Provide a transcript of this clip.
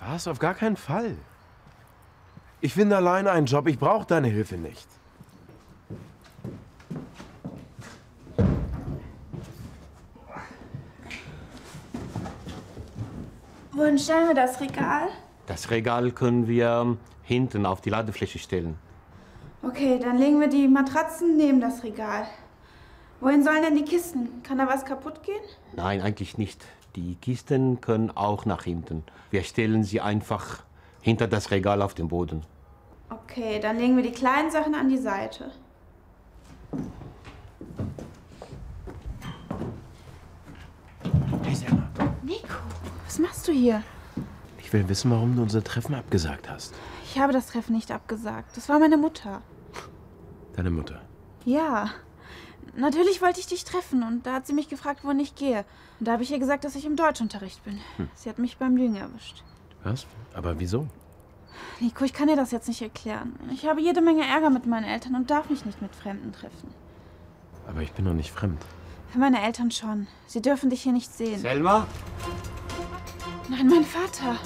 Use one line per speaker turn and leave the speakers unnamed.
das auf gar keinen Fall. Ich finde alleine einen Job. Ich brauche deine Hilfe nicht.
Wohin stellen wir das Regal?
Das Regal können wir hinten auf die Ladefläche stellen.
Okay, dann legen wir die Matratzen neben das Regal. Wohin sollen denn die Kisten? Kann da was kaputt gehen?
Nein, eigentlich nicht. Die Kisten können auch nach hinten. Wir stellen sie einfach hinter das Regal auf den Boden.
Okay, dann legen wir die kleinen Sachen an die Seite.
Hey, Selma.
Nico, was machst du hier?
Ich will wissen, warum du unser Treffen abgesagt hast.
Ich habe das Treffen nicht abgesagt. Das war meine Mutter.
Deine Mutter.
Ja. Natürlich wollte ich dich treffen und da hat sie mich gefragt, wohin ich gehe. Und da habe ich ihr gesagt, dass ich im Deutschunterricht bin.
Hm.
Sie hat mich beim Lügen erwischt.
Was? Aber wieso?
Nico, ich kann dir das jetzt nicht erklären. Ich habe jede Menge Ärger mit meinen Eltern und darf mich nicht mit Fremden treffen.
Aber ich bin doch nicht fremd.
Meine Eltern schon. Sie dürfen dich hier nicht sehen.
Selma?
Nein, mein Vater.